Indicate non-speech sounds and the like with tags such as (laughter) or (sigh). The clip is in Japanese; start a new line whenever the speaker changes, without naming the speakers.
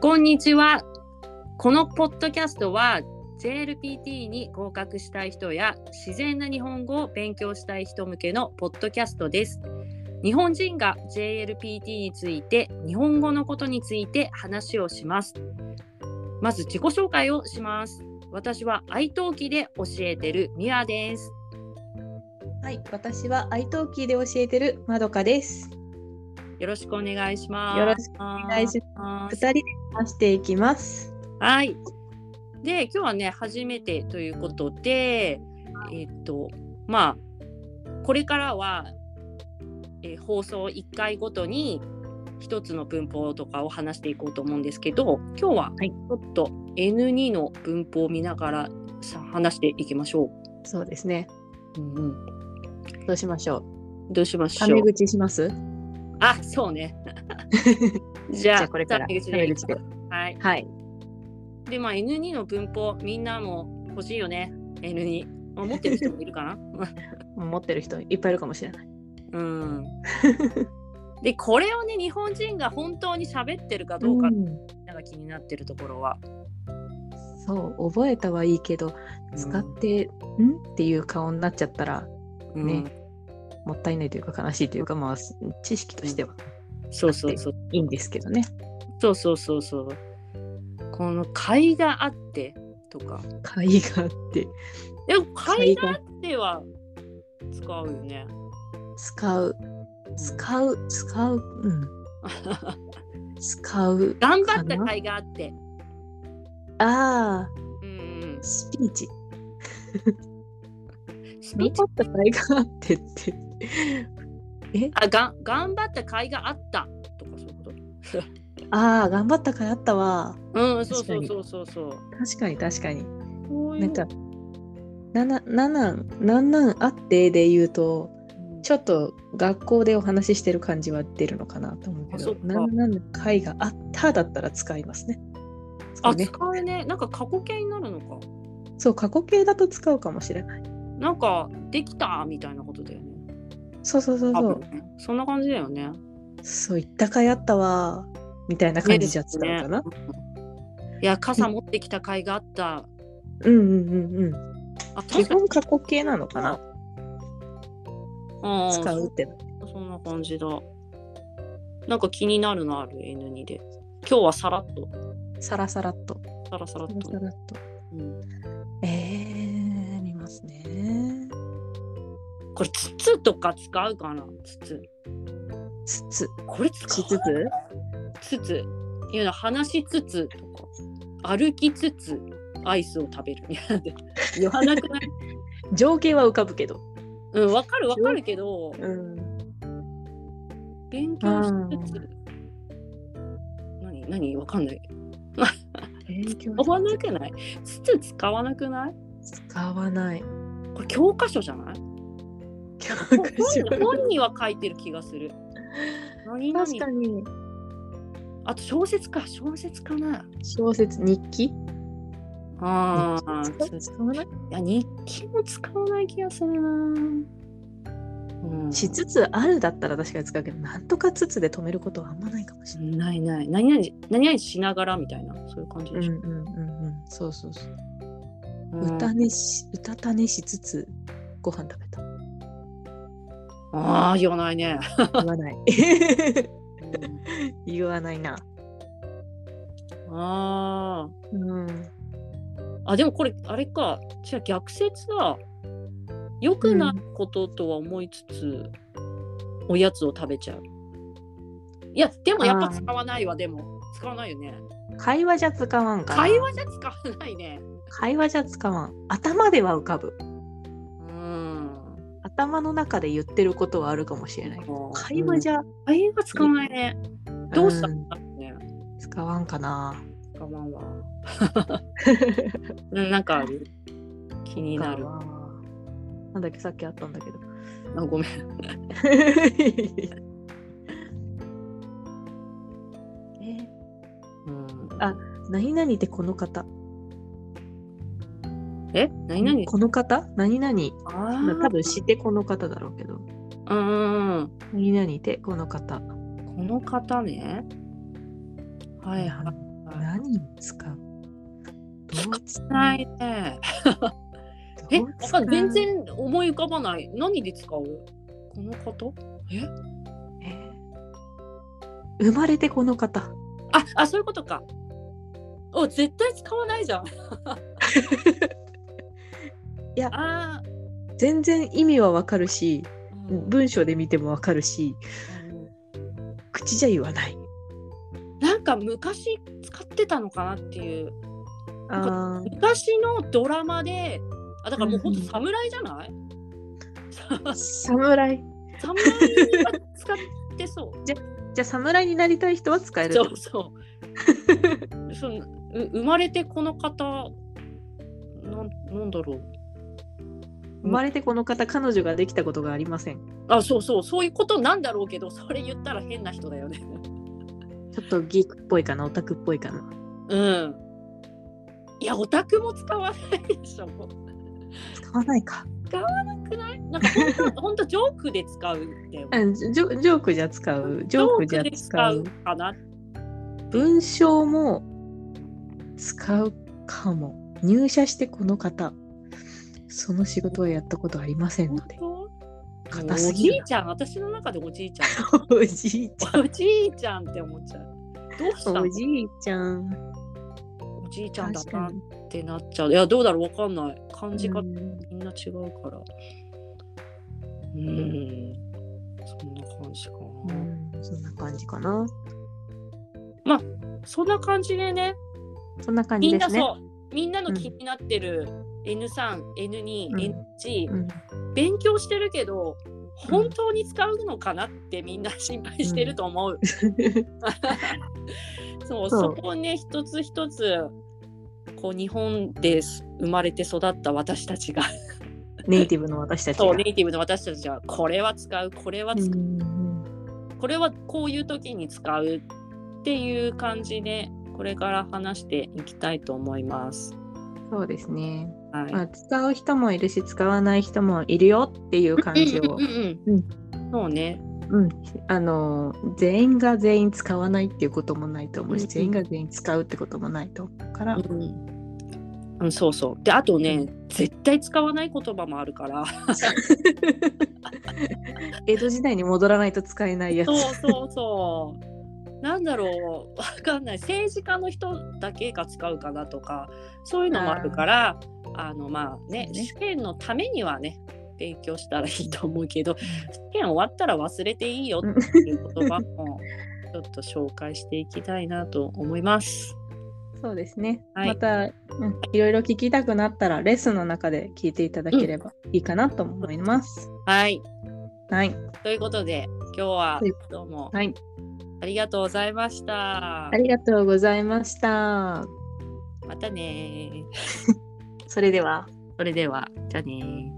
こんにちは。このポッドキャストは JLPT に合格したい人や自然な日本語を勉強したい人向けのポッドキャストです。日本人が JLPT について日本語のことについて話をします。まず自己紹介をします。私は愛登記で教えてるミワです。
はい、私は愛登記で教えてるまどかです。
よろしくお願いします。
よろしくお願いします。二人で話していきます。
はい。で、今日はね、初めてということで、えっ、ー、と、まあ、これからは、えー、放送1回ごとに1つの文法とかを話していこうと思うんですけど、今日はちょっと N2 の文法を見ながら話していきましょ
う。そうですね。
うん、
うん、どうしましょ
う。どうしましょう。
タメ口します。
あ、そう
(laughs)
ね。
じゃあ、ゃあこれから。
はい。
はい。
で、まあ、N2 の文法、みんなも欲しいよね。N2。まあ、持ってる人もいるかな (laughs)
持ってる人いっぱいいるかもしれない。
うん。で、これをね、日本人が本当に喋ってるかどうか、うん、なんか気になってるところは。
そう、覚えたはいいけど、使って、うん、んっていう顔になっちゃったら、うん、ね、もったいないというか悲しいというかまあ知識としては
そうそうそう
いいんですけどね
そうそうそうそうこの「買いがあって」とか
「買いがあって」
でも「買いがあって」は使うよね (laughs)
使う使う使ううん使う
頑張った甲斐があって
ああ
うん
スピーチスピーチった甲斐があってって
えあが頑張った甲斐があったとかそういうこと
ああ頑張った甲斐あったわ
うんそうそうそうそうそう
確かに確かになんかなんなんなんなんあってで言うと、うん、ちょっと学校でお話ししてる感じは出るのかなと思うけどなんなんの会があっただったら使いますね
あね使うねなんか過去形になるのか
そう過去形だと使うかもしれない
なんかできたみたいなことだよね。
そうそうそうそう。
ね、そんな感じだよね。
そう言ったかいあったわみたいな感じじゃ使うかな。ね
ね、いや傘持ってきた甲斐があった。
うんうんうんうん。あ基本過去形なのかな。
あ
使うって
そんな感じだ。なんか気になるのある N2 で。今日はさらっと。
さらさらっと。
さらさらっと。
さらっと。うん、えーますね。
これ筒とか使うかな筒。
筒。
これ使う筒筒。いうの話しつつとか歩きつつアイスを食べる。言わなく
(laughs)
ない
情景は浮かぶけど。
うん、わかるわかるけど。
うん。
勉強しつつ。何何わかんない。使わなくないつつ使わなくない
使わない
これ教科書じゃない
教科書
本には書いてる気がする何
々確かに
あと小説か小説かな
小説日記
ああ
使わない
いや日記も使わない気がするな、
うん、しつつあるだったら確かに使うけどなんとかつつで止めることはあんまないかもしれない
ないない何々何々しながらみたいなそういう感じでしょ、うん
うんうんうん、そうそうそう歌ねし、うたたねしつつご飯食べ (laughs) た。
ああ、言わないね。
言わない。言わないな。
(laughs) ああ。
うん。
あ、でもこれ、あれか。じゃ逆説だ。良くないこととは思いつつ、うん、おやつを食べちゃう。いや、でもやっぱ使わないわ、でも。使わないよね。
会話じゃ使わんか
会話じゃ使わないね。
会話じゃ使わん頭では浮かぶ
うん
頭の中で言ってることはあるかもしれない会話じゃ、うん、
会話使わないね、うん、どうしたんだろうね、
使わんかな
使わんわなんかある気 (laughs) になる
(laughs) なんだっけさっきあったんだけど (laughs)
あごめん
えうん、あ何々ってこの方
え何々
この方何々多分してこの方だろうけど。
うん。
何々でこの方。
この方ね。はいはい、はい。
何に使うどう使う
ないね。え、なんか全然思い浮かばない。何で使うこの方え
えー生まれてこの方。
あ、あ、そういうことか。お、絶対使わ (laughs) ないじゃん。
いや
あー
全然意味はわかるし、
うん
文章で見てもわかるし、口じゃ言わない。
なんか昔使ってたのかなっていう。
あ
昔のドラマで、あ、だからもう本当
うんうん
侍じゃ
(laughs)
ない、
あ、侍。
侍が使ってそう。
じゃあ侍になりたい人は使える
そ
と
う
(laughs)
そう。そのう生まれてこの方なんなんだろう。
生まれてこの方彼女ができたことがありません。
あそうそうそういうことなんだろうけどそれ言ったら変な人だよね。
ちょっとギークっぽいかなオタクっぽいかな
うん。いやオタクも使わないでしょ。
使わないか
なんか本当本当ジョークで使うんだよ。
あジョジョークじゃ使うジョークじゃ
で
使
使
う
うかな。
文章も使うかも入社してこの方その仕事はやったことありません
本
ので
当
硬
お
す
じ
ぎ
い
る
ちゃん私の中でおじい
(laughs)
ちゃ
おじいち
んおじいちゃんって思っちゃう。どうし
ゃ
た
ん
の
おじいちゃん
おじいちゃんだ
確
な
か
っ
に
てなっちゃう。いやどうだろうわかんない。感じ方
うん
みんな違うから。うん。そんな感じか
う
な。
んそ
そん
んな感じかな
な感じでね、
そんな感
み
じ
ん
で
な
すね
そう、みんなの気になってる N3、N2、
うん
NG、
うん
勉強してるけど、本当に使うのかなってみんな心配してると思う。そう、
そ
そうこをね、一つ一つ、こう日本です生まれて育った私たちが、
ネイティブの私たち
そ
が
う、ネイティブの私たちが、これは使う、これは
う
使う、
ん
これはこういう時に使うっていう感じで、これから話していきたいと思います。
そうですね
はい。
まあ、使う人もいるし使わない人もいるよっていう感じを
うん、うんうんうん、そうね。
うん、あの全員が全員使わないっていうこともないと思う
う
し、
んうん
全員が全員使うってこともないと思うから、
うん、うん、そうそう。で、あとね、絶対使わない言葉もあるから。
江戸時代に戻らないと使えないやつ
そうそうそう。なんだろう、わかんない。政治家の人だけが使うかなとか、そういうのもあるから、あの、まあね、
そうね
試験のためにはね、勉強したらいいと思うけど、試験終わったら忘れていいよっていう言葉も、ちょっと紹介していきたいなと思います。
そうですね、
はい
また、うんいろいろ聞きたくなったらレッスンの中で聞いていただければいいかなと思います、
はい。
はい、
ということで、今日は
はい
どうも
はい、
ありがとうございました
あ。りがとうございました
またねー。
それでは
それでは、じゃあねー。